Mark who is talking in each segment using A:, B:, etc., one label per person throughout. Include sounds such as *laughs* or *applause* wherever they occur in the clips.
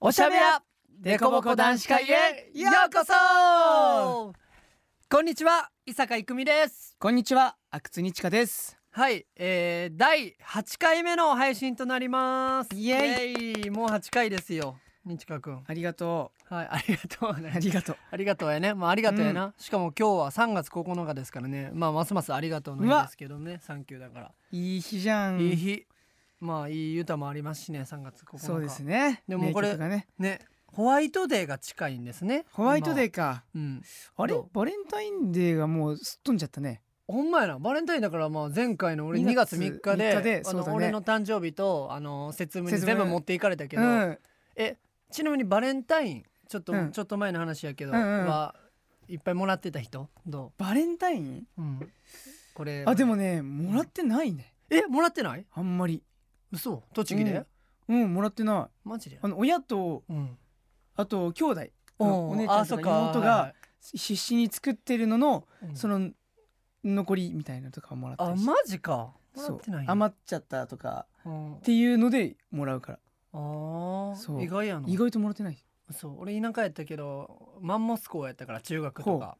A: おしゃべやデコボコ男子会へようこそこんにちは伊坂郁美です
B: こんにちは、阿久津にちかです。
A: はい、えー、第8回目の配信となります
B: イエ
A: イエイもう8回ですよ日川くんはい
B: ありがと
A: ありがとう
B: う。
A: ね
B: ありがとう。
A: *laughs* ありがとうやねまあありがとうやな、しかも今日は3月9日ですからねまあますますありがとうの
B: う
A: 日
B: わ
A: ですけどねサンキューだから、
B: いい日じゃん。
A: いい日まあいい歌もありますしね3月9日
B: そうですね。
A: でもこれ
B: 名曲がね、
A: ねホワイトデーが近いんですね
B: ホワイトデ
A: ー
B: ーか。
A: うん
B: あれ
A: どう
B: バレンタインデーがもうすっ飛んじゃったね。
A: ほんまやなバレンタインだからまあ前回の俺2
B: 2
A: 月
B: 月
A: 3日で
B: 3日で
A: あ
B: そ
A: の
B: うだね
A: 俺の誕生日とあの節分に
B: 節分
A: 全部持っていかれたけ
B: う
A: ど、
B: ん。
A: えちなみにバレンタインちょっと、
B: うん
A: ちょっと前の話やけど、
B: うんうん
A: はいっぱいもらってた人ど
B: バレンタイン？
A: う、これ
B: あでもね、もらってないね。
A: えもらってない
B: あんまり。
A: 嘘栃木で、
B: うんうん、もらってない。
A: マジで
B: あの親と
A: うん
B: あと兄弟、
A: お
B: お姉ちゃんとか妹が必死に作ってるののそ
A: の
B: の残りみたいなのとかをもらった
A: あ
B: りして。
A: マジかもら
B: そ
A: っ
B: う
A: てない
B: 余っちゃったとか
A: うん
B: っていうのでもらうから
A: あー
B: そう
A: 意外やな
B: 意外ともらってない
A: そう俺田舎やったけどマンモス校やったから中学と
B: ほ
A: か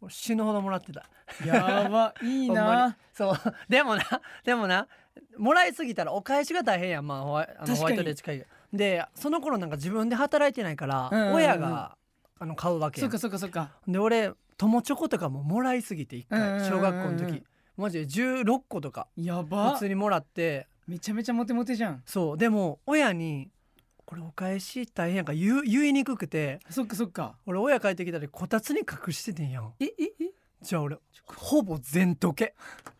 A: 俺死ぬほどもらってた
B: やばいい
A: ほんま
B: な
A: そう *laughs* でもなでもなもらいすぎたらお返しが大変やんまあホワイ
B: 確か
A: あの
B: に
A: ホワイトデー近いでその頃なんか自分で働いてないから、
B: うんうんうん
A: 親があの買うわけ
B: そ
A: や
B: っ
A: ん
B: かそっかそっか
A: で俺友チョコとかももらいすぎて一回、
B: うんうんうんうん
A: 小学校の時マジで16個とか
B: や
A: 普
B: ば
A: 通にもらって
B: めちゃめちゃモテモテじゃん
A: そうでも親に「これお返し大変やんから言う言いにくくて
B: そっかそっか
A: 俺親帰ってきたらこたつに隠しててんやん
B: えええ
A: じゃあ俺ほぼ全時計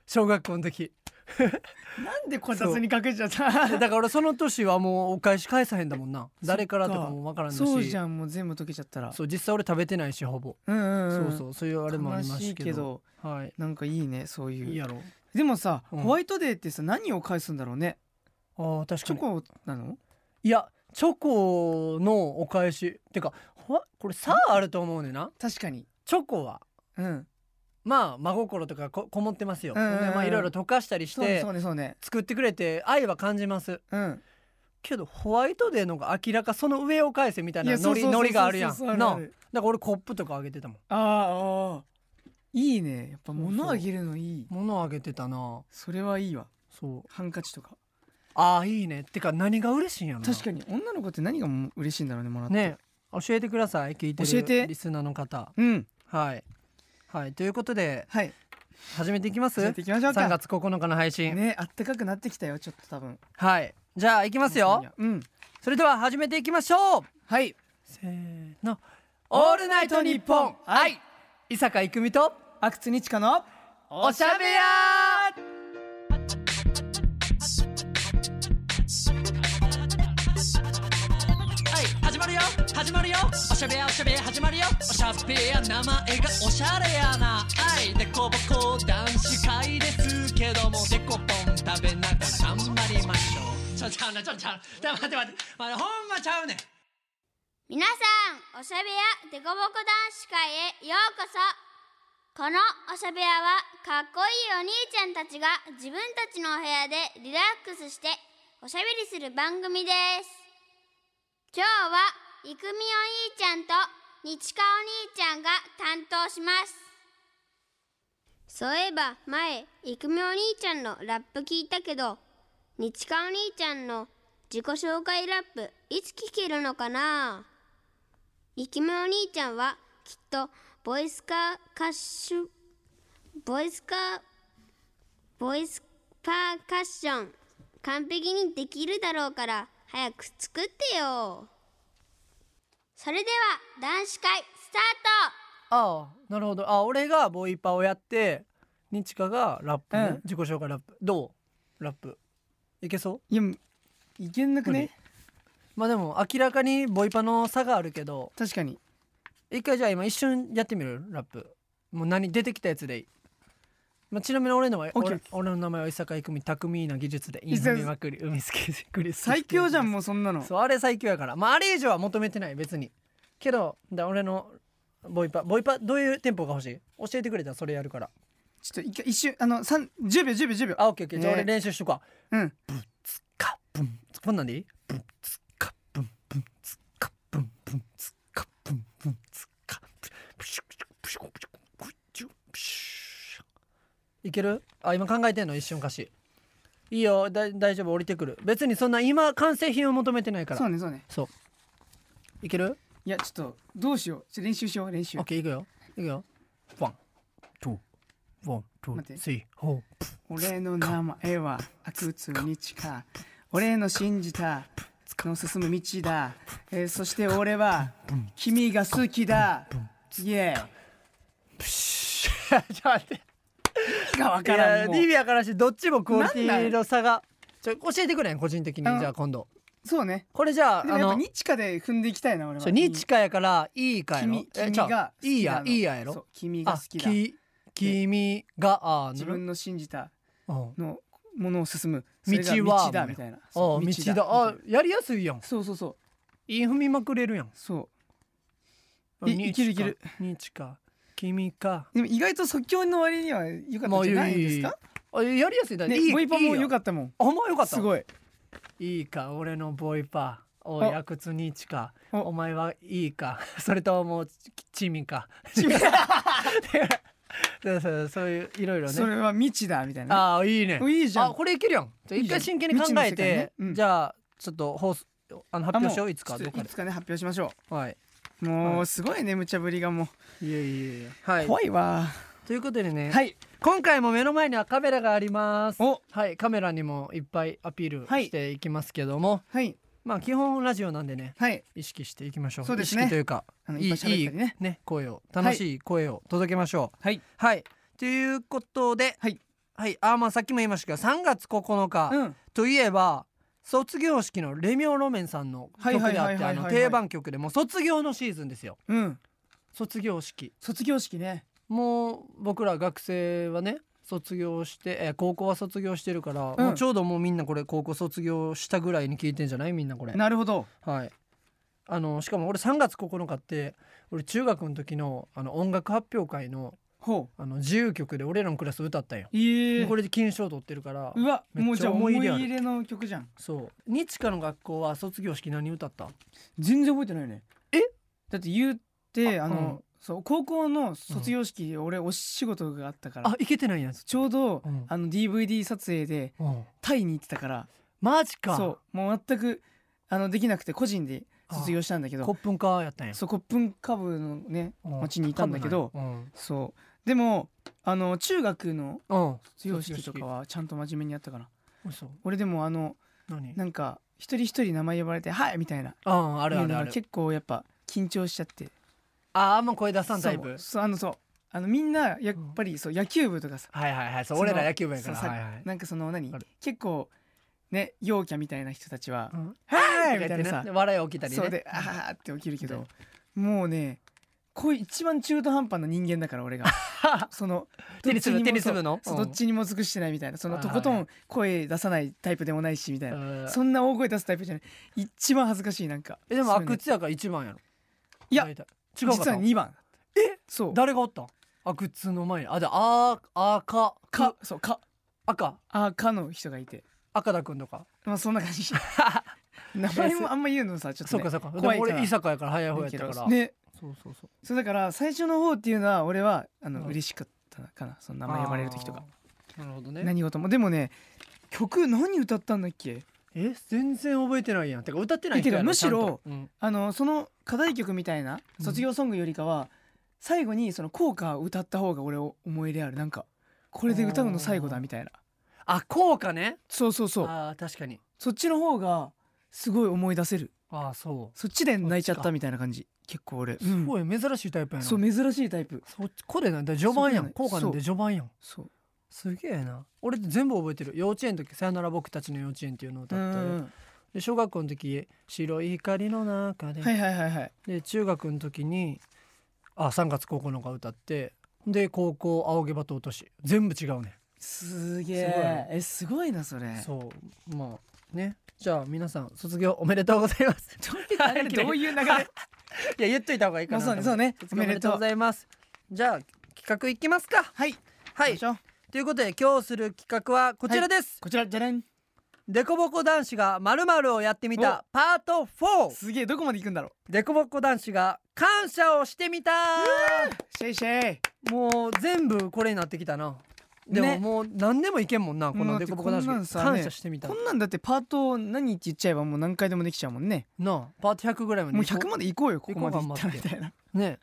A: 小学校の時
B: なんでこたつに隠しちゃった
A: でだから俺その年はもうお返し返さへんだもんな誰からとかもわからんだし
B: そうじゃんもう全部溶けちゃったら
A: そう実際俺食べてないしほぼ、
B: うんうんうん
A: そうそうそういうあれもありま
B: 悲し
A: す
B: い
A: け
B: け
A: ど
B: ど
A: はい
B: なんかいいねそう
A: いい
B: いう
A: やろ
B: でもさ
A: うん
B: ホワイトデーってさ何を返すんだろうね
A: あー確
B: チ
A: か
B: ョ
A: に
B: コなの
A: いやチョコのお返しってかほわこれさあると思うねんな
B: 確かに
A: チョコは
B: うん
A: まあ真心とかここもってますよ、
B: うんうんうん
A: でまあいろいろ溶かしたりし
B: そうね
A: て
B: そうねそうね
A: 作ってくれて愛は感じます
B: うん
A: けどホワイトデーの方が明らかその上を返せみたいなノリ
B: そうそうそうそう
A: ノリがあるやん
B: そうそうそう
A: なあ
B: あ
A: だか
B: る
A: ら俺コップとかあげてたもん
B: あーあーいいねやっぱ物あげるのいい
A: 物あげてたな
B: それはいいわ
A: そう
B: ハンカチとか
A: ああいいねてか何が嬉しいんやろな
B: 確かに女の子って何がもう嬉しいんだろうねもらって
A: ね教えてください聞いてる
B: 教えて
A: リスナーの方
B: うん
A: はいはいということで
B: はい
A: 始めていきます
B: じゃあや
A: 3
B: っていきましょうか
A: 月9日の配信、
B: ねあったかくなってきたよちょっと多分
A: はいじゃあいきますよ
B: うん
A: それでは始めていきましょう
B: はい
A: せーのオールナイトニッポンはい伊坂郁美と
B: 阿久津にちかの
A: おしゃべや
C: はい始まるよ始まるよおしゃべやおしゃべや始まるよおしゃべや名前がおしゃれやなはいでこぼこ男子会ですけどもでこぽん食べながら頑張りましょうちょちゃうなちょちゃうな待って待って待ってほんまちゃうねん
D: 皆さんおしゃべやデコボコ男子会へようこそこのおしゃべやはかっこいいお兄ちゃんたちが自分たちのお部屋でリラックスしておしゃべりする番組です今日はいくみお兄ちゃんとにちかお兄ちゃんが担当しますそういえば前いくみお兄ちゃんのラップ聞いたけどにちかお兄ちゃんの自己紹介ラップいつ聞けるのかないきみお兄ちゃんはきっとボイスカーカッシュボイスカーボイスパーカッション完璧にできるだろうから早く作ってよそれでは男子会スタート
A: ああなるほどあ俺がボイパをやってにちかがラップね、
B: うん
A: 自己紹介ラップどうラップいけそう
B: いやいけんなくね
A: まあでも明らかにボイパの差があるけど
B: 確かに
A: 一回じゃあ今一瞬やってみるラップもう何出てきたやつでいい、まあ、ちなみに俺のは
B: オッケー
A: 俺俺の名前は伊坂郁美巧みな技術でインフミまくり海好きでクリス
B: 最強じゃんもうそんなの
A: そうあれ最強やからまああれ以上は求めてない別にけどだ俺のボイパボイパどういうテンポが欲しい教えてくれたらそれやるから
B: ちょっと一回一瞬あの三十秒十秒十秒
A: あオッケーオッケーじゃあ
B: ね
A: 俺練習しとくわ
B: うん
A: カッブンこんなんでいいブンツカブンブンツカけるあ今考えてんの一瞬歌詞いいよだ大丈夫降りてくる別にそんな今完成品を求めてないから
B: そうねそうね
A: そういける
B: いやちょっとどうしようちょっと練習しよう練習
A: ?OK いくよいくよワンツーワンツ
B: 待って
A: ースリー *laughs* ホー
B: 俺の名前は阿久津に誓う俺の信じたの進む道だ、えーそして俺は君が好きだイエー
A: ちょっと待って
B: イがわ
A: い
B: から
A: や
B: んもう
A: リビアからしてどっちもクオリテ
B: なんな
A: ィ
B: ん
A: の差がちょ教えてくれん個人的にじ
B: うん
A: ゃあ今度
B: そうね
A: これじゃああ
B: でもやっぱ
A: の
B: 日課で踏んでいきたいな俺
A: ちょ
B: は
A: ニチカやからいいかやろ
B: 君君
A: ちゃう
B: が好
A: いい
B: き
A: や
B: だの
A: いいやや
B: そう
A: ろ
B: 君が
A: あ
B: 好きだ
A: き君があ
B: 自分の信じた
A: の
B: のものを進むそれが
A: 道は
B: 道だみたいな
A: あ
B: そ
A: あ
B: う
A: 道だ
B: み
A: あ
B: たいな
A: やりやすいやん
B: そうそうそう
A: いい踏みまくれるやん
B: そう
A: あ
B: い
A: ニ
B: いける
A: チ
B: いける
A: カニチカ君か
B: でも意外と即興の割には良かったんじゃないですか
A: あやりやすいだ
B: ね
A: いい
B: ボイパ
A: いい
B: も
A: や
B: 良かったもん
A: あほんまよかった
B: すごい
A: いいか俺のボイパおい
B: あ
A: 阿久津にちか
B: お
A: お前はいいか *laughs* それとはもうちちみか *laughs* そうそうそういういろいろ
B: そ
A: ね
B: れは未知だみたいな
A: ああいいね
B: ねいいじゃ
A: あ
B: ん
A: これいけるやんじゃあ
B: いい
A: 一
B: じゃん
A: 回真剣に考え
B: 未知の世界ね
A: て
B: うん
A: じゃあちょっと放送あの発表しよういつか
B: ち
A: ど
B: ょ
A: っ
B: っと
A: か
B: い
A: で
B: つかね発表しましょ
A: はい。
B: うもうすごいね無茶ぶりがも
A: いやいやいや。は
B: う
A: い。
B: 怖いわ
A: ということでね、
B: はい
A: 今回も目の前にはカメラがあります。
B: お
A: はい、カメラにもいっぱいアピール
B: はい
A: していきますけども、
B: はい
A: まあ基本ラジオなんでね、
B: はい
A: 意識していきましょう。
B: そうですね
A: 意識というか
B: あ、の
A: いい
B: いっぱい
A: い
B: 喋っ
A: い
B: たりね
A: ね声を楽しい声を届けましょう。
B: はい
A: はい。ということで、
B: はい
A: はい。あまあさっきも言いましたけど、3月9日、
B: うん
A: といえば。卒業式のレミオロメンさんの曲であ
B: は
A: っ
B: いはいはいはい
A: て
B: は
A: あ
B: い
A: の定番曲でもう卒業のシーズンですよ
B: うん
A: 卒業式
B: 卒業式ね
A: もう僕ら学生はね卒業して、えー高校は卒業してるから、
B: うん
A: もうちょうどもうみんなこれ高校卒業したぐらいに聞いてんじゃないみんなこれ。
B: なるほど
A: はいあのしかも俺3月9日って俺中学の時のあの音楽発表会の
B: ほ
A: あの自由曲で俺らのクラス歌ったんよ。
B: うええ
A: これで金賞取ってるから
B: うわ
A: めっちゃ
B: もうじゃあ
A: 思
B: 思
A: い
B: い
A: 入れある
B: 入れの曲じゃん
A: そう日課の学校は卒業式何歌った
B: 全然覚えてないよね
A: え
B: だって言って
A: あ
B: あ
A: うん
B: のそう高校の卒業式で俺お仕事があったから
A: あいけてないやつ。
B: ちょうど
A: うん
B: あの DVD 撮影で
A: うん
B: タイに行ってたから
A: マジか
B: そうもう全くあのできなくて個人で卒業したんだけ
A: コッ
B: ど
A: プンカーやったんや。
B: そうコップンカブのね
A: うん
B: 町にいたんだけど
A: 多分
B: そうでもあの中学の
A: ないうん。うん。
B: 卒業式とかはちゃんと真面目にやったかな
A: 嘘。
B: 俺でもあの
A: 何
B: なんか一人一人名前呼ばれて「はい!」みたいな
A: うんあるあ
B: いう
A: る
B: の
A: あ
B: が
A: る。
B: 結構やっぱ緊張しちゃって
A: ああんま声出さんタイプ
B: そう。そうあのそうあのみんなやっぱりそう野球部とかさ
A: はいはいはい、
B: そ
A: そう
B: の
A: 俺ら野球部やから。
B: そうさ
A: はいはい。
B: なんかその何
A: ある
B: 結構ね陽キャみたいな人たちは
A: うん
B: 「はい!」
A: と
B: みたい
A: か言って
B: な
A: ね
B: さ
A: で笑い起きたりね。
B: そうであーって起きるけどもうねこういう一番中途半端な人間だから
A: *laughs*
B: 俺がその
A: テニス部
B: どっちにも
A: テニス部の
B: そう
A: うん
B: そうどっちにも尽くしてないみたいなその
A: はい
B: と
A: はい
B: ことん声出さないタイプでもないしみたいな
A: うん
B: そんな大声出すタイプじゃない一番恥ずかしいなんか
A: えでも
B: そう
A: 阿
B: いうの
A: 久津やから一番やろ。
B: いや
A: 大体違うかっ
B: 実
A: た
B: は。2番
A: え
B: そう
A: 誰がおったん？阿久津の前に。あでああか
B: かそうか
A: 赤
B: あかの人がいて
A: 赤田君と
B: *laughs*
A: か。
B: まあそんな感
A: *laughs*
B: じ名前もあんま言うのさちょっと
A: そう
B: ね
A: かそうか。でも
B: 怖いから
A: 俺伊坂やから早い方やったから。
B: ね
A: そうそうそう。
B: そうだから最初の方っていうのは俺はあの
A: うん
B: 嬉しかったかなその名前呼ばれる時とか
A: あー。なるほどね。
B: 何事もでもね曲何歌ったんだっけ
A: え全然覚えてないやん。てか歌ってない人やろ
B: てかむしろ。
A: ちゃんと
B: あのその課題曲みたいな
A: うん
B: 卒業ソングよりかは最後にその効果を歌った方が俺を思い入れあるなんかこれで歌うの最後だみたいな
A: あ効果ね。
B: そうそうそう
A: ああ確かに。
B: そっちの方がすごい思い出せる
A: ああそ
B: そっちで泣いちゃったみたいな感じ結構俺
A: う。す
B: い
A: ごい珍しいタイプやな。
B: そう珍しいタイプ
A: そっちこれなんだ序盤やん
B: そう
A: 効果なんで序盤やん
B: そう
A: すげえな俺全部覚えてる幼稚園の時「さよなら僕たちの幼稚園」っていうのを歌
B: う
A: ったり
B: ん
A: で小学校の時「白い光の中で」
B: はいはいはいはい
A: で中学の時にあ3月9日歌ってで高校「仰げばと落とし」全部違うね
B: すげ
A: す
B: え
A: ごいね
B: えすごいなそれ
A: そうまあねじゃあ皆さん卒業おめでとうございます
B: あれどういう流れ
A: *laughs* いや言っといた方がいいかなと思って
B: まあそうねそうね
A: 卒業おめでとうございますじゃあ企画いきますか
B: はい行
A: は
B: きま
A: い
B: しょう
A: ということで今日する企画はこちらです、
B: こちらじゃれん
A: デコボコ男子がまるまるをやってみたパート4
B: すげえどこまで行くんだろ
A: デコボコ男子が感謝をしてみた
B: うシェイシェイ
A: もう全部これになってきたなでも
B: ね
A: もう何でもいけんもんなこのデコボコ男
B: だって
A: 子
B: こんなんさね
A: 感謝してみた
B: こんなんだってパート何って言っちゃえばもう何回でもできちゃうもんね
A: なあパート100ぐらいまで
B: もう100まで行こうよここまで
A: 行
B: 行
A: こう
B: ったらみたいな
A: ね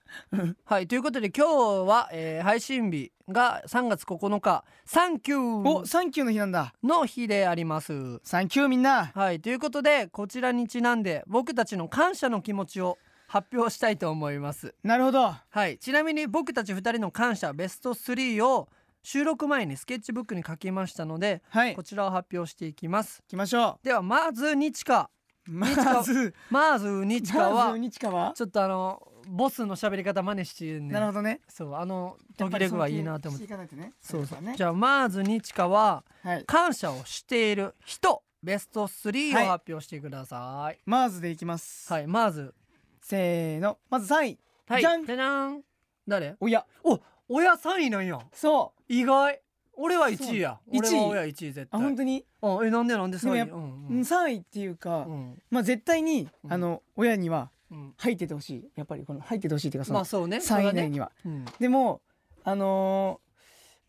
A: はいということで今日は、えー配信日が3月9日サンキュ
B: お
A: ー
B: サンキューの日なんだ
A: の日であります
B: サンキューみんな
A: はいということでこちらにちなんで僕たちの感謝の気持ちを発表したいと思います
B: なるほど
A: はいちなみに僕たち2人の感謝ベスト3を収録前にスケッチブックに書きましたので
B: はい行
A: こちらを発表していきます
B: きましょ
A: ではまずニチカ
B: うまず
A: まずニチカ
B: ま
A: は
B: ず日川は
A: ちょっとあのボスの喋り方真似してんね
B: なるほどね
A: そうあの途切れ具合いいなと思って
B: やぱり尊敬していかないとね
A: そうそう
B: だね
A: じゃあまずニチカは
B: はい
A: 感謝をしている人ベスト3
B: はい
A: を発表してください
B: まずでいきます
A: はい、まず
B: せーのまず3位
A: はい
B: じゃん
A: じゃじゃーん誰
B: おや
A: お親3位なんや
B: そう
A: 意外俺は1
B: そう
A: 位や
B: 一位
A: 俺は親1位絶
B: あ
A: 対
B: 本当に
A: うんえなんでなんで3位
B: でもやっ
A: うんうん
B: 3位っていうか
A: うん
B: まあ絶対に
A: うん
B: あの親には
A: うん
B: 入っててほしいやっぱりこの入っててほしいっていうかそ
A: まあ
B: の
A: そうねそ
B: 3
A: れ
B: 位
A: は
B: 以内
A: ね
B: には
A: うん
B: でもあのー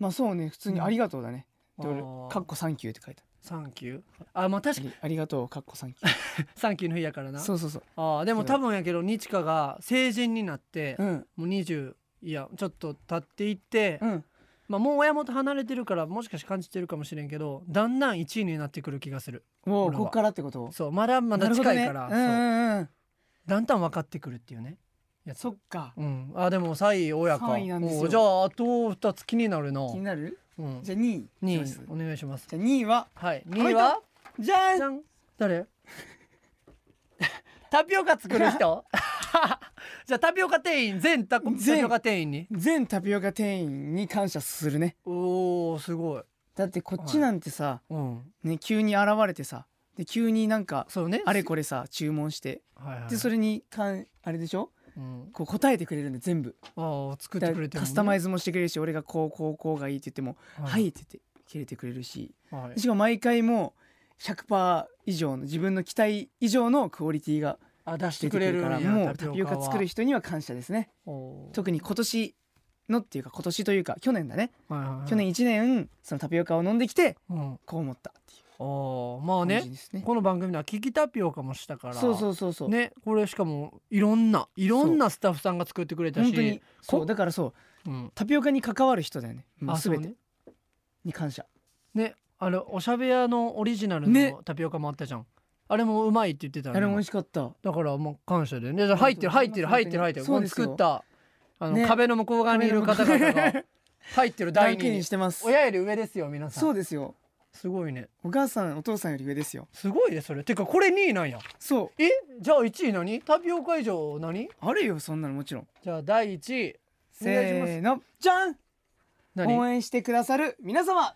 B: まあそうね普通にありがとうだねって俺
A: あー
B: かっこサンキューって書いて
A: サンキューあ *laughs* まあ
B: あ
A: 確か
B: る
A: に
B: ありありがとうかっこサンキュー
A: サンキューの日やから
B: *laughs*
A: な
B: そうそうそう
A: あーでも多分やけどニチカが成人になって
B: うん
A: もう20いやちょっと経っていって
B: うん
A: まあもう親元離れてるからもしかして感じてるかもしれんけどだんだん1位になってくる気がする
B: もう
A: 俺は
B: こっからってこと
A: そうまだま
B: な
A: だ
B: るほど
A: 近
B: ね
A: いから
B: うん
A: そう
B: うんうん
A: だんだん分かってくるっていうねやつ
B: そっか
A: うん、あでも3位親か
B: 三位なんですよ
A: おじゃああと2つ気になるな
B: 気になる
A: うん、
B: じゃあ2位
A: 2
B: いきます
A: 位お願いします
B: じゃあ2位は
A: はい
B: た
A: 2位は
B: じゃ
A: じ
B: ん
A: ゃん誰 *laughs* タピオカ作る人 *laughs* じゃあタピオカ店員全タコタ
B: 全
A: ピオカ店員に
B: 全タピオカ店員に感謝するね
A: おおすごい
B: だってこっちなんてさ
A: うん
B: ね急に現れてさで急になんか
A: そうね
B: あれこれさ注文して
A: はいはい
B: でそれにかんあれでしょ
A: うん、
B: こう答えてくれるんで全部
A: ああ作っ
B: だ
A: て
B: か
A: く
B: ら
A: れてるもんね
B: カスタマイズもしてくれるし俺がこうこうこうがいいって言っても「はい」って言って切れてくれるし
A: はい
B: しかも毎回もう100%以上の自分の期待以上のクオリティが
A: あ出し
B: 出て
A: てく
B: く
A: れ
B: る
A: る
B: からもうタピオカ作る
A: 人
B: 人には感謝ですね特に今年のっていうか今年というか去年だね去、年1年そのタピオカを飲んできて
A: うん、
B: こう思ったっていう
A: ああまあ
B: 感
A: ね
B: じですね
A: この番組では聞きタピオカもしたから
B: そうそうそうそう、
A: ねこれしかもいろんないろんなスタッフさんが作ってくれたし
B: 本当にそう
A: こ
B: だからそう
A: うん、
B: タピオカに関わる人だよねもう
A: あそう
B: 全
A: ね
B: てに感謝
A: ねあれおしゃべやのオリジナル
B: ね
A: のタピオカもあったじゃん、あれもうまいって言ってたよ
B: あ
A: ね
B: れも美味しかった
A: だからもう感謝でねじゃあ入ってる入ってる入ってる入ってる
B: そう
A: こ
B: で
A: の
B: すよ
A: 作ったあの、
B: ね
A: 壁の向こう側にいる方々
B: 壁の向こ
A: が入ってる
B: 大
A: 台
B: 事
A: に
B: にしてます
A: 親より上ですよ皆さん
B: そうですよ
A: すごいね
B: お母さんお父さんより上ですよ
A: すごいねそれてかこれ2位なんや
B: そ
A: えじゃあ1位何タピオカ以上何
B: うあるよそんなのもちろん
A: じゃあ第1位お願いします
B: せーのじゃん応
A: 何
B: 援してくださる皆様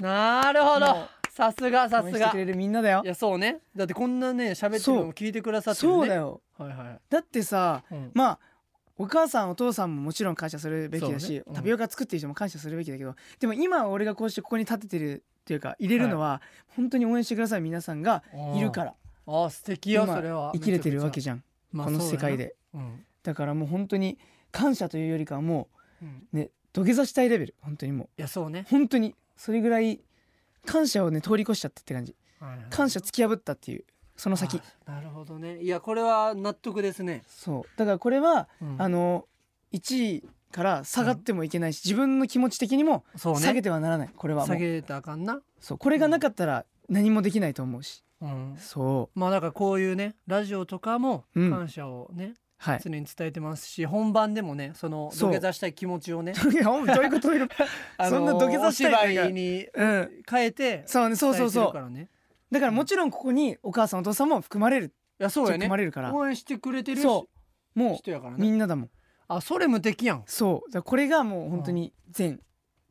A: なるほ
B: も
A: どさすがさ
B: 応
A: す
B: 援して
A: が
B: くれるみんなだよ
A: いやそうねだってこんなね喋ってるのも聞いてくださってるね
B: そうだよ
A: はいはい
B: だってさ
A: うん
B: まあお母さんお父さんももちろん感謝するべきだ
A: そう
B: し、
A: ねうん
B: タピオカ作ってる人も感謝するべきだけどでも今俺がこうしてここに立ててるっていうか入れるのは、本当に応援してくださる皆さんがいるから
A: あ素敵よそれは
B: 今生きれてるわけ
A: じ
B: じゃん
A: ゃ
B: この世界で、
A: うん
B: だからもう本当に感謝というよりかはも
A: うん
B: うね土下座したいレベル本当にもう
A: いやそうね
B: 本当にそれぐらい感謝をね通り越しちゃったって感じ
A: はいはい
B: 感謝突き破ったっていうその先
A: あなるほどねいやこれは納得ですね
B: そうだからこれは、
A: うん
B: あの1位から下がってもいけないし、自分の気持ち的にも
A: そうね
B: 下げてはならないこれはも
A: 下
B: う
A: げたらあかんな
B: そうこれがなかったら何もできないと思うし
A: うん
B: そ
A: まあだからこういうねラジオとかも
B: うん
A: 感謝をね
B: うはい
A: 常に伝えてますし本番でもねその
B: そ
A: 土
B: う
A: 下座したい気持ち
B: *laughs*
A: をね
B: *laughs* いやほんまどういう
A: *laughs*
B: ことよ
A: あの
B: そんな土下座したい
A: お芝居に
B: うん
A: 変えて
B: そうねそうそう
A: 伝えて
B: そ
A: るか
B: う
A: らね
B: だからもちろんここにお母さんお父さんも含まれる
A: いやそうやね
B: 含まれるから
A: 応援してくれてる
B: そ
A: 人
B: うも
A: やから
B: うみ
A: ね
B: んなだもん
A: あそれ無敵やん
B: そうだからこれがもう本当に全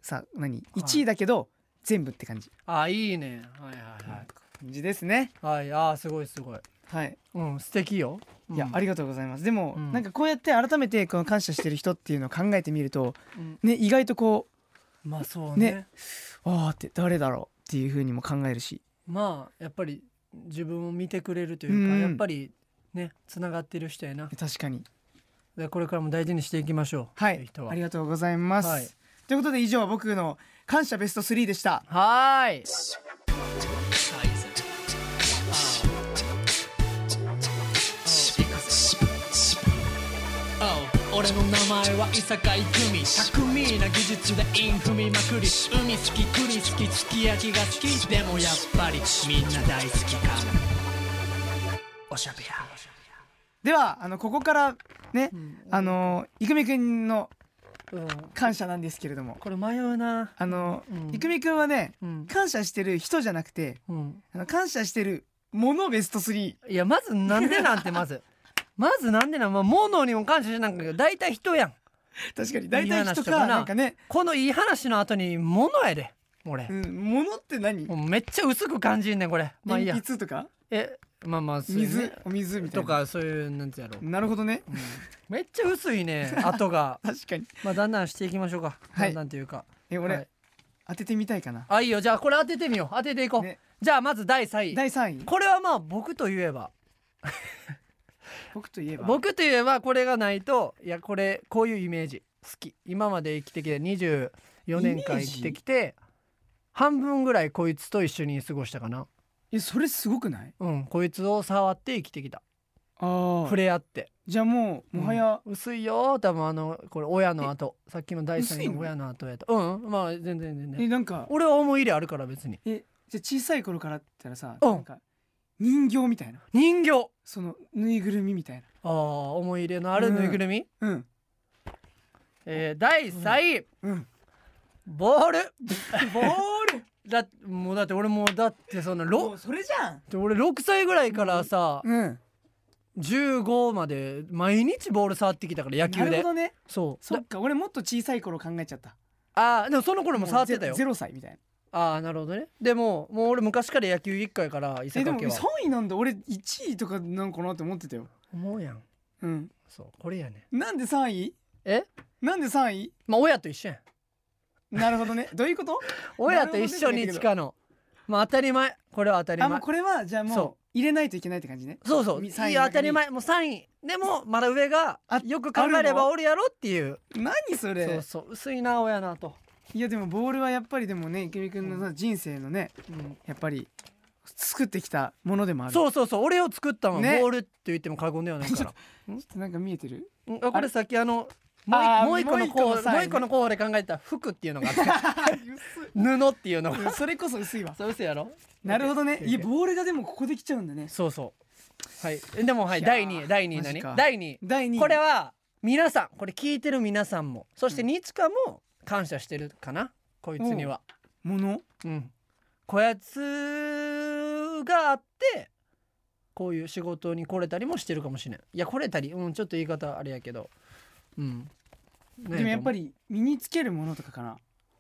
B: さ何1位だけど全部って感じ
A: あいいねはいはいは
B: 感
A: い
B: じですね
A: はい、あーすごいすごい。
B: はい
A: うん、素敵よ。
B: いや、
A: うん
B: ありがとうございますでも、
A: うん
B: なんかこうやって改めてこの感謝してる人っていうのを考えてみると、
A: うん
B: ね意外とこ
A: まあそうね。
B: ねうああって誰だろうっていうふうにも考えるし
A: まあやっぱり自分を見てくれるというか、
B: うん
A: やっぱりねつながってる人やな。
B: 確かに
A: でこれからも大事にしていきましょう。
B: は
A: とう
B: い
A: 人は
B: ありがとうございます、
A: はい
B: ということで以上僕の感謝ベスト3でした
A: はーい
C: 俺の名前は伊坂郁美巧みな技術でイン踏みまくり海好き栗好きすき焼きが好きでもやっぱりみんな大好きかおしゃべや
B: ではあのここからね、あのいくみくんの
A: うん
B: 感謝なんですけれども
A: これ迷うな
B: あの、
A: うん
B: いくみくんはね、
A: うん
B: 感謝してる人じゃなくて
A: うん
B: あの感謝してるものベスト3
A: いやまずなんでなんて
B: *laughs*
A: まずまずなんでなんまあ物にも感謝しなんかけど大体人やん
B: 確かに大
A: いい
B: 体
A: 話
B: 人
A: したか
B: か
A: な
B: なんかね、
A: このいい話の後に物やで俺
B: う、ん、ものって何
A: もうめっちゃ薄く感じんねんこれまあいいや
B: 鉛筆とか
A: えまあまあそういう
B: 水
A: ね
B: お水みたい
A: と
B: な
A: かそういうなんてやろう
B: なるほどね
A: めっちゃ薄
B: *laughs*
A: いね後が
B: 確かに
A: まあだんだんしていきましょうか、
B: はい
A: だんだんというか
B: え俺、
A: はい
B: 当ててみたいかな
A: あいいよじゃあこれ当ててみよう当てていこう、
B: ね
A: じゃあまず第3位
B: 第3位
A: これはまあ僕といえば
B: 僕といえば
A: 僕といえばこれがないといやこれこういうイメージ好き今まで生きてきて24
B: イ
A: 年間
B: メー
A: 生
B: ジ
A: きてきて半分ぐらいこいつと一緒に過ごしたかな
B: えそれすごくない
A: うんこいつを触って生きてきた
B: あ
A: 触れ合って
B: じゃあもうもはや、
A: うん薄いよ多分あのこれ親の後さっきの第
B: 薄い
A: 3
B: の
A: の親の後やとうんまあ全然全
B: え
A: 然
B: なんか
A: 俺は思い入れあるから別に
B: えじゃあ小さい頃からって言ったらさ、
A: うん
B: なんか人形みたいな
A: 人形
B: そのぬいぐるみみたい
A: ああ思い入れのあるぬいぐるみ、
B: なうん
A: えー第3位、
B: うん
A: ボール
B: ボー *laughs* ル
A: だもうだって俺もうだってそんなろ
B: うそれじゃん
A: で俺6歳ぐらいからさ、
B: うん
A: 15まで毎日ボール触ってきたから野球
B: なる
A: で
B: ほどね
A: そう
B: そ
A: だ
B: っか俺もっと小さい頃考えちゃった
A: ああでもその頃も触ってた
B: も
A: よ
B: うゼゼロ歳みたいな
A: ああなるほどねでももう俺昔から野球一回から伊
B: え
A: 勢
B: で
A: 掛
B: も
A: けは
B: 3位なんだ俺1位とかなんかなって思ってたよ
A: 思うやん
B: うん
A: そうこれやね
B: なんで3位
A: え
B: なんで3位
A: まあ親と一緒や
B: *laughs*
A: ん
B: なるほどねどういうこと
A: 親と一緒に地下のまあ当たり前これは当たり
B: あもう
A: 前
B: これはじゃあも
A: そう
B: 入れないといけないって感じね
A: そうそう
B: み
A: い
B: 三位
A: や
B: の中に
A: 当たり前もう3位でもまだ上が
B: あ
A: よく考えればおるやろっていう
B: 何そ
A: そう
B: れ
A: そう薄いな親なと、
B: いやでもボールはやっぱりでもね池見くんのさ人生のね
A: うん
B: やっぱり作ってきたものでもある
A: そうそうそう俺を作ったのは
B: ね
A: ボールって言っても過言ではないか
B: ち
A: ら
B: ょっとなんか見えて
A: *laughs*
B: る
A: うん *laughs* あこれさっきあのもう
B: あー
A: いもう一個の候
B: もう一個の
A: 補
B: さ
A: もう一個の候補で考えた服っていうのがあ *laughs* って布っていうの
B: うん
A: が
B: それこそ薄いわ
A: そう嘘やろ
B: なるほどね
A: オッケーオッケー
B: いやボールがでもここできちゃうんだね
A: そうそうはいえでもはい
B: いやー
A: 第2位第2位
B: マジか
A: 何第2
B: 第2
A: 位
B: 位
A: これは皆さんこれ聞いてる皆さんもそしてニチカも感謝してるかなこいつには
B: もの
A: うんこやつがあってこういう仕事に来れたりもしてるかもしれんいや来れたりうんちょっと言い方あれやけどうん
B: でもやっぱ
A: り
B: り身につけるものとかかな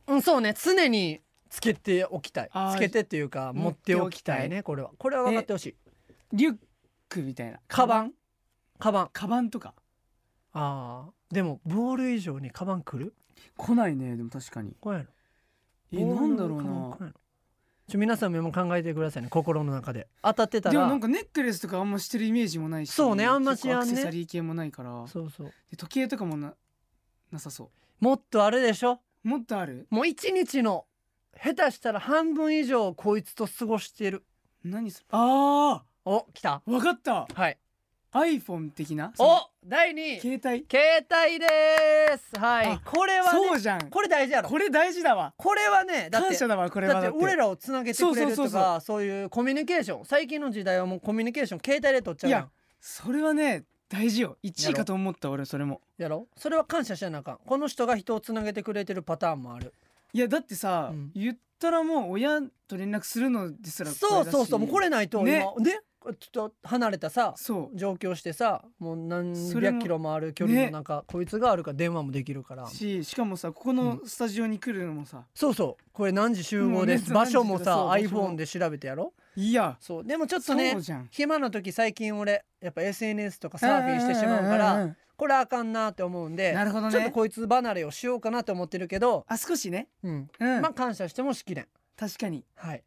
A: うん、そうね常につけておきたい
B: あー
A: つけてっていうか持っておきたいねこれはこれは分かってほしい
B: リュックみたいな
A: カバンカバン
B: カバンとか
A: あーでもボール以上にカバン来る
B: 来ないねでも確かに
A: こうやろ
B: えなんだろう
A: ボールのカバ
B: な
A: ン来ないのちょ皆さんも考えてくださいね心の中で当たってた
B: でもなん
A: ら
B: かネックレスとかあんましてるイメージもないし
A: そうねあんま
B: 結構
A: しやんね
B: アクセサリー系もないから
A: そうそう
B: で時計とかもななさそ
A: もっとあれでしょ
B: うもっとある
A: もう一日の下手したら半分以上こいつと過ごしてる
B: 何するあ
A: お来た
B: ーわかった
A: はい
B: iPhone 的なその
A: お第2位携
B: 携帯
A: 帯ですはい
B: あ
A: これはね
B: そうじゃん
A: これ大事やろ
B: これ大事だわ
A: これはねだっ
B: 感
A: て
B: 謝だわこれは
A: だって俺らをつなげてくれる
B: そうそう
A: と
B: そうそ
A: かそういうコミュニケーション最近の時代はもうコミュニケーション携帯で取っちゃうやん
B: いやそれはね大事よ1
A: や
B: 位
A: ろ
B: かと思った俺それも
A: やろそれは感謝しなあかんこの人が人をつなげてくれてるパターンもある
B: いやだってさ、
A: うん
B: 言ったらもう親と連絡するのですら
A: そうそうそうもうこ
B: れだし
A: れないと今
B: ね
A: ねちょっと離れたさ
B: そう
A: 上京してさもう何
B: それ
A: 百
B: も
A: キロもある距離
B: ね
A: の中、こいつがあるから電話もできるから
B: ししかもさここのスタジオに来るのもさ、
A: そうそうこれ何時集合で
B: もう
A: す
B: ね
A: 場所も
B: 何
A: さ
B: 時とかそう場所も
A: iPhone で調べてやろ
B: いや
A: そうでもちょっとね
B: そうじゃん
A: 暇な時最近俺やっぱ SNS とかサーフィンしてしまうから、
B: んんんん
A: これあかんなって思うんで
B: なるほどね
A: ちょっとこいつ離れをしようかなと思ってるけど、
B: あ少しね
A: うん
B: うん、
A: まあ感謝してもしきれん。
B: 確かに
A: はい。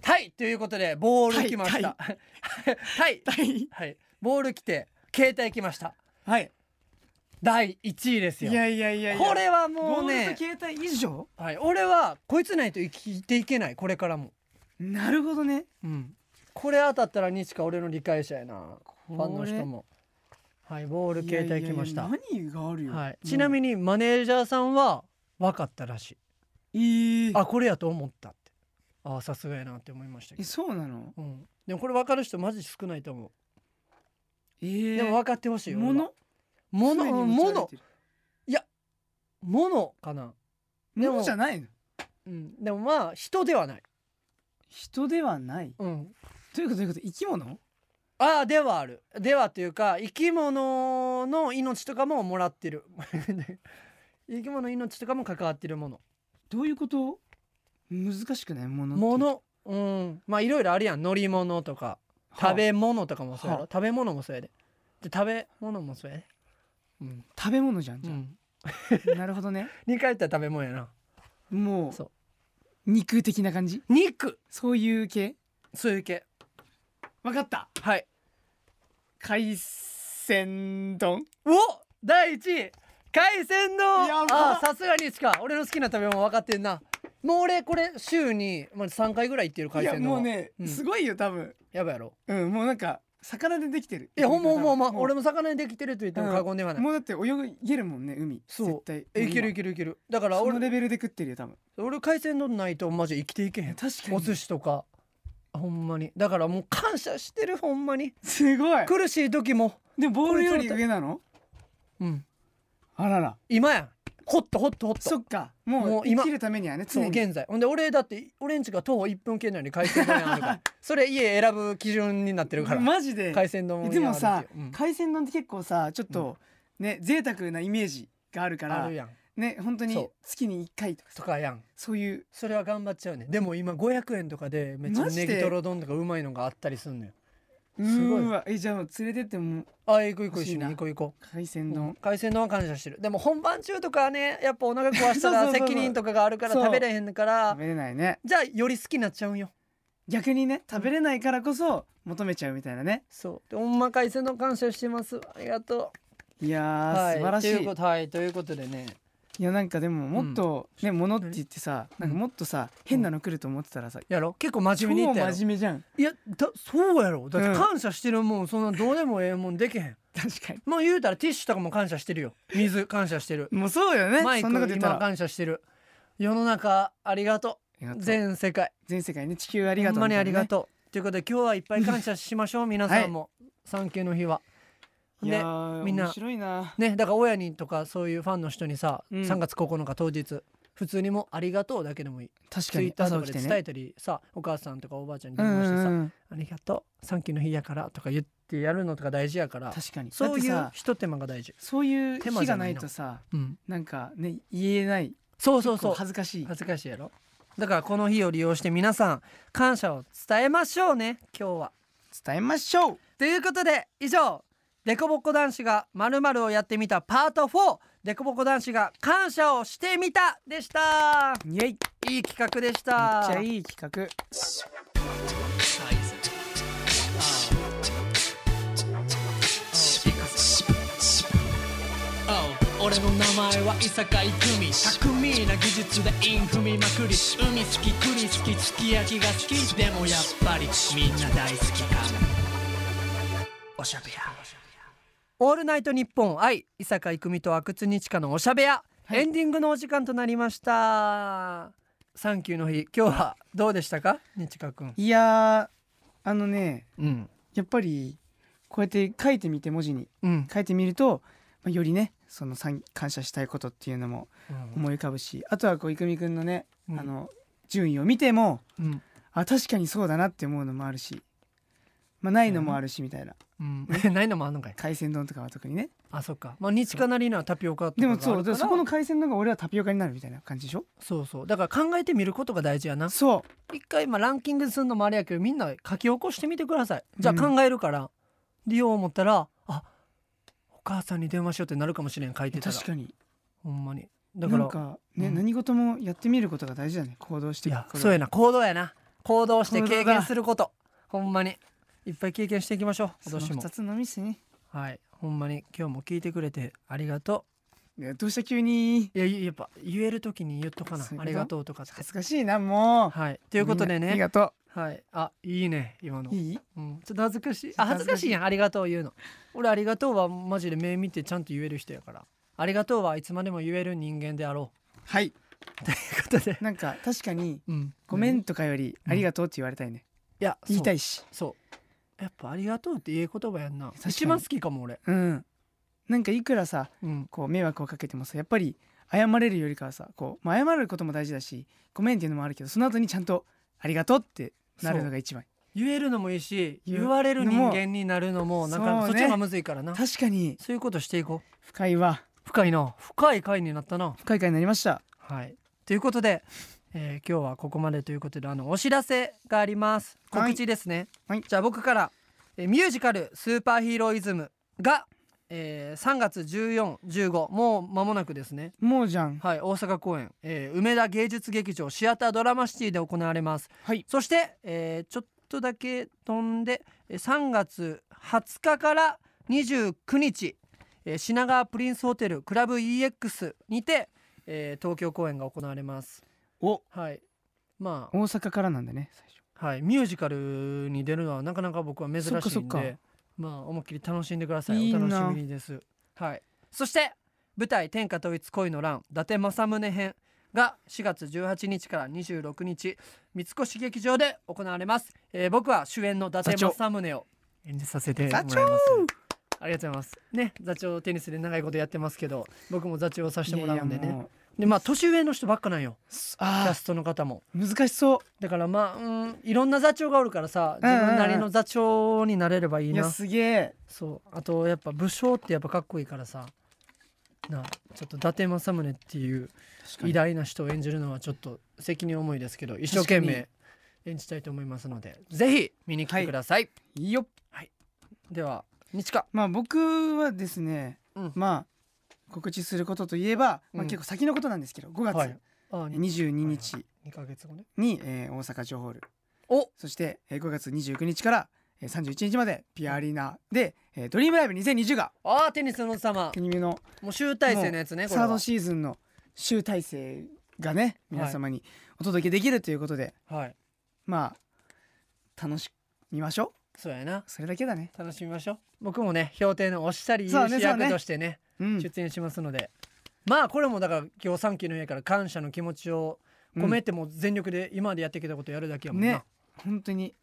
A: タイということでボール来ました。タイ *laughs*
B: はい
A: はい。ボール来て携帯来ました。
B: はい
A: 第1位ですよ
B: いやいやいやいや
A: これはも
B: ボ
A: う
B: ール
A: ね
B: と、携帯以上
A: はい、俺はこいつないと生きていけないこれからも、
B: なるほどね
A: うん、これ当たったら日か俺の理解者やなファンの人もはいボール携帯来ました
B: いやいやいや何があるよ、
A: はい、ちなみ
B: に
A: にマネージャーさんは分かったらしい
B: いい
A: あこれやと思ったってああさすがやなって思いましたけ
B: え
A: ど、
B: そうなの
A: うん、でもこれ分かる人マジ少ないと思う、
B: えー、
A: でも分かってほしい
B: もの
A: も
B: 常に
A: の
B: 持ち歩
A: も
B: い
A: の
B: てる
A: ものかな、で
B: も
A: も
B: のじゃないの
A: うん、でもまあ人ではない、
B: 人ではない
A: うん、
B: ということどういうこと生き物
A: ああではあるではというか生き物の命とかももらってる *laughs* 生き物の命とかも関わってるもの
B: どういうこと難しくないものって
A: ものうんまあいろいろあるやん乗り物とか
B: はあ
A: 食べ物とかもそうやろ、
B: は
A: 食べ物もそうやでで食べ物もそうやでうん、
B: 食べ物じゃんじ
A: う
B: ゃ
A: ん、
B: あなるほどね
A: 2回言ったら食べ物やな
B: も
A: そう
B: う肉的な感じ
A: 肉
B: そういう系
A: そういう系
B: わかった
A: はい
B: 海鮮丼
A: お第1位海鮮丼
B: やば
A: あさすがにしか俺の好きな食べ物分かってんなもう俺これ週にまあ3回ぐらい行ってる
B: い
A: 海
B: や
A: 鮮丼
B: も
A: は
B: うね、
A: うん
B: すごいよ多分
A: やばいやろ
B: うんもうなんか魚でできてる
A: いやほんまほんまほんま
B: もう
A: 俺も魚にできてると言っても過言ではない、
B: もうだって泳げるもんね海
A: そう
B: 絶対
A: えいけるい
B: ける
A: けるいけるだから
B: そのレ
A: 俺
B: ベルで食ってるよ多分
A: 俺海鮮丼ないとマジ生きていけへ
B: *laughs*
A: ん
B: 確かに
A: お寿司とかほんまにだからもう感謝してるほんまに
B: すごい
A: 苦しい時も
B: でもボールより上なの
A: うん
B: あらら
A: 今やんホットホットホット
B: そっかも
A: も
B: う
A: う
B: 生
A: 今
B: きるためにはね
A: そ
B: 常に
A: う現在ほんで俺だって俺んちが徒歩1分圏内に海鮮丼屋あるから
B: *laughs*
A: それ家選ぶ基準になってるから、
B: マジで
A: 海鮮丼屋
B: でも
A: あ
B: さ
A: るっていううん
B: 海鮮丼って結構さちょっとね贅沢なイメージがあるか
A: あ
B: ら
A: るやん
B: ね本当
A: そ
B: に
A: う
B: 月に1回とか
A: と
B: さ
A: かやん
B: そういう
A: それは頑張っちゃうねでも今500円とかでめっちゃ
B: マジで
A: ネギトロ丼とかうまいのがあったりすんのよ
B: う
A: すごい
B: ーわえじゃあもう連れてっても
A: ああ行こう行こう
B: 欲しい
A: 一緒
B: な
A: に行こう行こ
B: 海鮮
A: う、
B: 丼
A: 海鮮丼は感謝してるでも本番中とかはねやっぱお腹壊したら
B: そうそうそうそう
A: 責任とかがあるから
B: そう
A: 食べれへんから
B: 食べれないね
A: じゃあより好きになっちゃうんよ
B: 逆にね食べれないからこそ求めちゃうみたいなね
A: そうでほんま海鮮丼感謝してますありがと
B: いや
A: う、
B: ー素晴らし
A: という
B: い
A: ことはいということでね
B: いやなんかでももっとね物って言ってさ
A: う
B: なん
A: ん
B: かもっとさ変なの来ると思ってたらさ
A: やろ結構真
B: 超
A: 面目
B: 真
A: に言ったやろ
B: 面目じゃん *laughs*
A: いやだそうやろだっ
B: うん
A: て感謝してるもん、そんなどうでもええもんでけへん
B: 確かに
A: もう言うたらティッシュとかも感謝してるよ水感謝してる
B: もうそうよね
A: マイ
B: そ
A: ク
B: んなこと言った
A: 今
B: らあ
A: 感謝してる世の中ありがと
B: りが
A: う
B: とう
A: 全世界
B: 全世界ね地球ありが
A: ほ
B: と
A: ん
B: う
A: ま
B: み
A: に
B: た
A: あ
B: いな
A: り
B: ね
A: がとうということで今日はいっぱい感謝しましょう皆さんも産休の日は。
B: い
A: で
B: やー
A: みんな
B: 面白いな
A: ねだから親にとかそういうファンの人にさ、
B: うん
A: 3月9日当日普通にもう「ありがとう」だけでもいい
B: 確か
A: ツイ
B: に
A: ッター
B: 朝
A: と
B: 起き
A: かで
B: て
A: 伝
B: ね
A: えたりさ、お母さんとかおばあちゃんに
B: うん
A: 電
B: う
A: 話してさ
B: んう
A: 「
B: ん
A: ありがとう産休の日やから」とか言ってやるのとか大事やから
B: 確かに
A: そう
B: だっ
A: いう
B: てさ
A: ひと手間が大事。
B: そういう
A: 手間
B: 日
A: じ
B: が
A: ゃな
B: ないい
A: の
B: とさ
A: うん
B: なんかね言えない
A: そうそうそ
B: こ
A: う
B: う恥ずかしい
A: 恥ずかしいやろだからこの日を利用して皆さん感謝を伝えましょうね今日は
B: 伝えましょう
A: ということで以上「デコボコ男子がまるをやってみたパート4デコボコ男子が感謝をしてみた」でした
B: イエイめっち
A: いい企画でした
B: ゃいい企画
C: サイズ俺の名前は伊坂郁美巧みな技術でイン踏みまくり海好き栗好きすき焼きが好きでもやっぱりみんな大好きかおしゃべり
A: オールナイトニッポン愛伊坂郁美と阿久津日香のおしゃべや、
B: はい
A: エンディングのお時間となりましたサンキューの日今日はどうでしたか日香くん
B: いやーあのね
A: うん
B: やっぱりこうやって書いてみて文字に
A: うん、
B: 書いてみると、まあ、よりねそのさん感謝したいことっていうのも思い浮かぶしあとはこう郁美くんのね、
A: うん
B: あの順位を見ても
A: うん
B: あ確かにそうだなって思うのもあるし、まあ、ないのもあるしみたいな、
A: うん、ないのもあんのかい
B: 海鮮丼とかは特にね
A: あそっかまあ日課なりのはタピオカとか
B: で
A: が
B: も
A: あるから
B: そうでそこの海鮮丼が俺はタピオカになるみたいな感じでしょ
A: そうそうだから考えてみることが大事やな
B: そ
A: 一回まあランキングするのもあれやけどみんな書き起こしてみてくださいじゃあ
B: うん
A: 考えるから、でよう思ったらあお母さんに電話しようってなるかもしれん書いうてたら
B: 確かに
A: ほんまにだから
B: なんかね、
A: うん
B: 何事もやってみることが大事だね行動してい
A: い
B: く
A: や
B: こと
A: そうやな行動やな行動して経
B: 行動だ
A: 験することほんまにいっぱい経験していきましょう今
B: その
A: 年も
B: 2つのみっすね
A: はいほんまに今日も聞いてくれてありがと
B: ねどうした急に
A: ういややっぱ言える時に言っとかな
B: そういうこと
A: ありがとうとかって
B: 恥ずかしいなもう
A: はいということで
B: みんなあり
A: ね
B: がと
A: はいあいいね今の
B: ういい
A: うん、ちょっと恥ずかしいあ恥ずかしいやんありがとう言うの俺ありがとうはマジで目見てちゃんと言える人やからありがとうはいつまでも言える人間であろ
B: はいう
A: ということで、
B: なんか確かに
A: *laughs* うん、
B: ごめ
A: い
B: んとかよりありがとうって言われたいね
A: やそう
B: 言いたいし
A: そうやっぱありがとうって言え言葉やんな
B: 確かに
A: 一番好きかも俺
B: うんなんかいくらさ
A: うん
B: こう迷惑をかけてもさやっぱり謝れるよりかはさこう、まあ、謝ることも大事だしごめんっていうのもあるけどその後にちゃんと「ありがとう」ってなるのが一番
A: 言えるのもいいし
B: 言う
A: 言われる人間になるのもなんか
B: そ
A: そう
B: ね
A: っちの方がむずいからな
B: 確かに
A: そういうことしていこう
B: 深いわ
A: 深いな深い回になったな
B: 深い回になりました
A: はい。ということで、えー今日はここまでということであのお知らせがあります
B: はい
A: 告知ですね、
B: はい
A: じゃあ僕から、えーミュージカル「スーパーヒーローイズムが」えー3月1415もう間もなくですね
B: もうじゃん
A: はい大阪公演、えー梅田芸術劇場シアタードラマシティで行われます
B: はい
A: そして、えーちょっとだけ飛んでえー3月20日から29日、えー品川プリンスホテルクラブ EX にて、えー東京公演が行われます。
B: お
A: はいま
B: 大阪からなんだね最初
A: あ、はい、ミュージカルに出るのはなかなか僕は珍しい
B: そっかそっ
A: ん
B: か
A: でまあ思いっきり楽しんでください
B: いい
A: お
B: な
A: 楽しみにですはいそして舞台「天下統一恋の乱伊達政宗編」が4月18日から26日三越劇場で行われます、えー僕は主演の伊達政宗を演じさせてもらいます
B: 座
A: ありがとうございますね座長テニスで長いことやってますけど僕も座長をさせてもらうんでね
B: いやいやもう
A: でまあ年上の人ばっかなんよキャ
B: あ
A: ストの方も
B: ー難しそ
A: だからまあ、うん、いろんな座長がおるからさ自分なりの座長になれればいうい
B: い
A: な、
B: やすげえ
A: そうあとやっぱ武将ってやっぱかっこいいからさなあちょっと伊達政宗っていう偉大な人を演じるのはちょっと責任重いですけど一生懸
B: 確
A: 命演じたいと思いますのでぜひ見に来てください、
B: いいよ
A: では日か
B: まあ僕はですね、
A: うん
B: まあ告知することといえば、ま
A: う
B: あ、
A: ん
B: 結構先のことなんですけど5月、
A: はいあ
B: 22日
A: 2ヶ月後ね
B: に、えー大阪城ホール
A: お
B: そして、えー5月29日から、えー31日までピアアリーナで、えードリームライブ2020が
A: ああテニスの王様
B: 国見の
A: もう集大成のやつねこれ
B: サード
A: は
B: シーズンの集大成がね皆様にお届けできるということで、
A: はい
B: まあ楽しみましょ
A: そうやな
B: うそれだけだね
A: 楽しみましょう僕もね氷亭のおしゃり
B: そう
A: 勇
B: ね
A: 士
B: そうね
A: 役としてね
B: うん
A: 出演しますので、まあこれもだから今日3期の家から感謝の気持ちを込めてもう全力で今までやってきたことやるだけやもんな、
B: ね本当に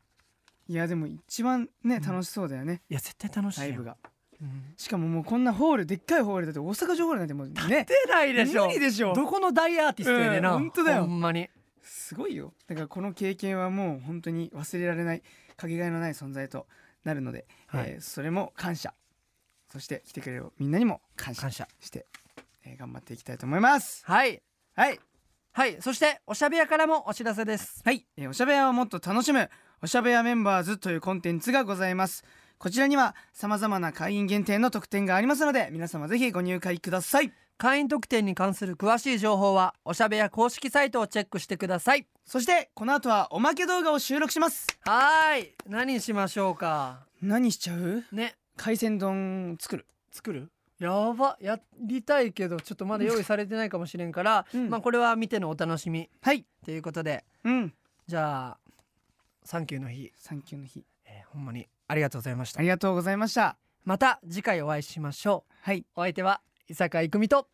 B: いやでも一番ね楽しそうだよね、
A: いや絶対楽しい
B: ライ
A: よ
B: ブが
A: うん
B: しかももうこんなホールでっかいホールだって大阪城ホールなんてもうね
A: 出ないでしょ
B: 無理でしょ
A: どこの大アーティストやねんな、
B: うん本当だよ
A: ほんまに
B: すごいよだからこの経験はもう本当に忘れられないかけがえのない存在となるので、
A: はい
B: えーそれも感謝そして来てくれるみんなにも感謝
A: 感謝
B: して、えー頑張っていきたいと思います
A: はい
B: はい、
A: はいそしておしゃべやからもお知らせです
B: はいえーおしゃべりをもっと楽しむおしゃべりメンバーズというコンテンツがございますこちらには様々な会員限定の特典がありますので皆様ぜひご入会ください
A: 会員特典に関する詳しい情報はおしゃべや公式サイトをチェックしてください
B: そしてこの後はおまけ動画を収録します
A: はーい何しましょうか
B: 何しちゃう
A: ね
B: 海鮮丼作る
A: 作るやばやりたいけどちょっとまだ用意されてないかもしれんから、
B: *laughs* うん
A: まあこれは見てのお楽しみ
B: はい
A: ということで
B: うん
A: じゃあサンキューの日、
B: 産休の日
A: えーほんまにありがとうございまし
B: あ
A: た
B: りがとうございました
A: また次回お会いしましょ
B: はいう
A: お相手は伊坂郁美と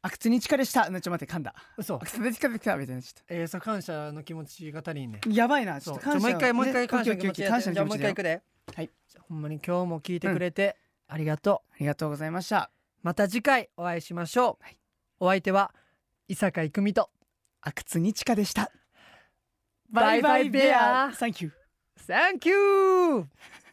B: 阿久津に力でしたなちょ待って噛んだ
A: 嘘
B: 阿久津に力でしたみたいなちょ
A: えー、そう感謝の気持ちが足りんね
B: っとやばいなち
A: そ
B: ょっ
A: う
B: と
A: ち
B: 感
A: ょ
B: 謝
A: もう一回もう一回感謝の気持ち
B: で
A: で
B: 感謝
A: じゃ
B: の気持
A: あもう
B: ちで
A: 一回
B: よ
A: いくで
B: はい
A: じゃあほんまに今日も聞いてくれて、ありがとう
B: ありがとうございました
A: また次回お会いしましょう、
B: はい
A: お相手は伊坂郁美と
B: 阿久津に力でした
A: バイバイベア
B: サンキュー
A: サンキュー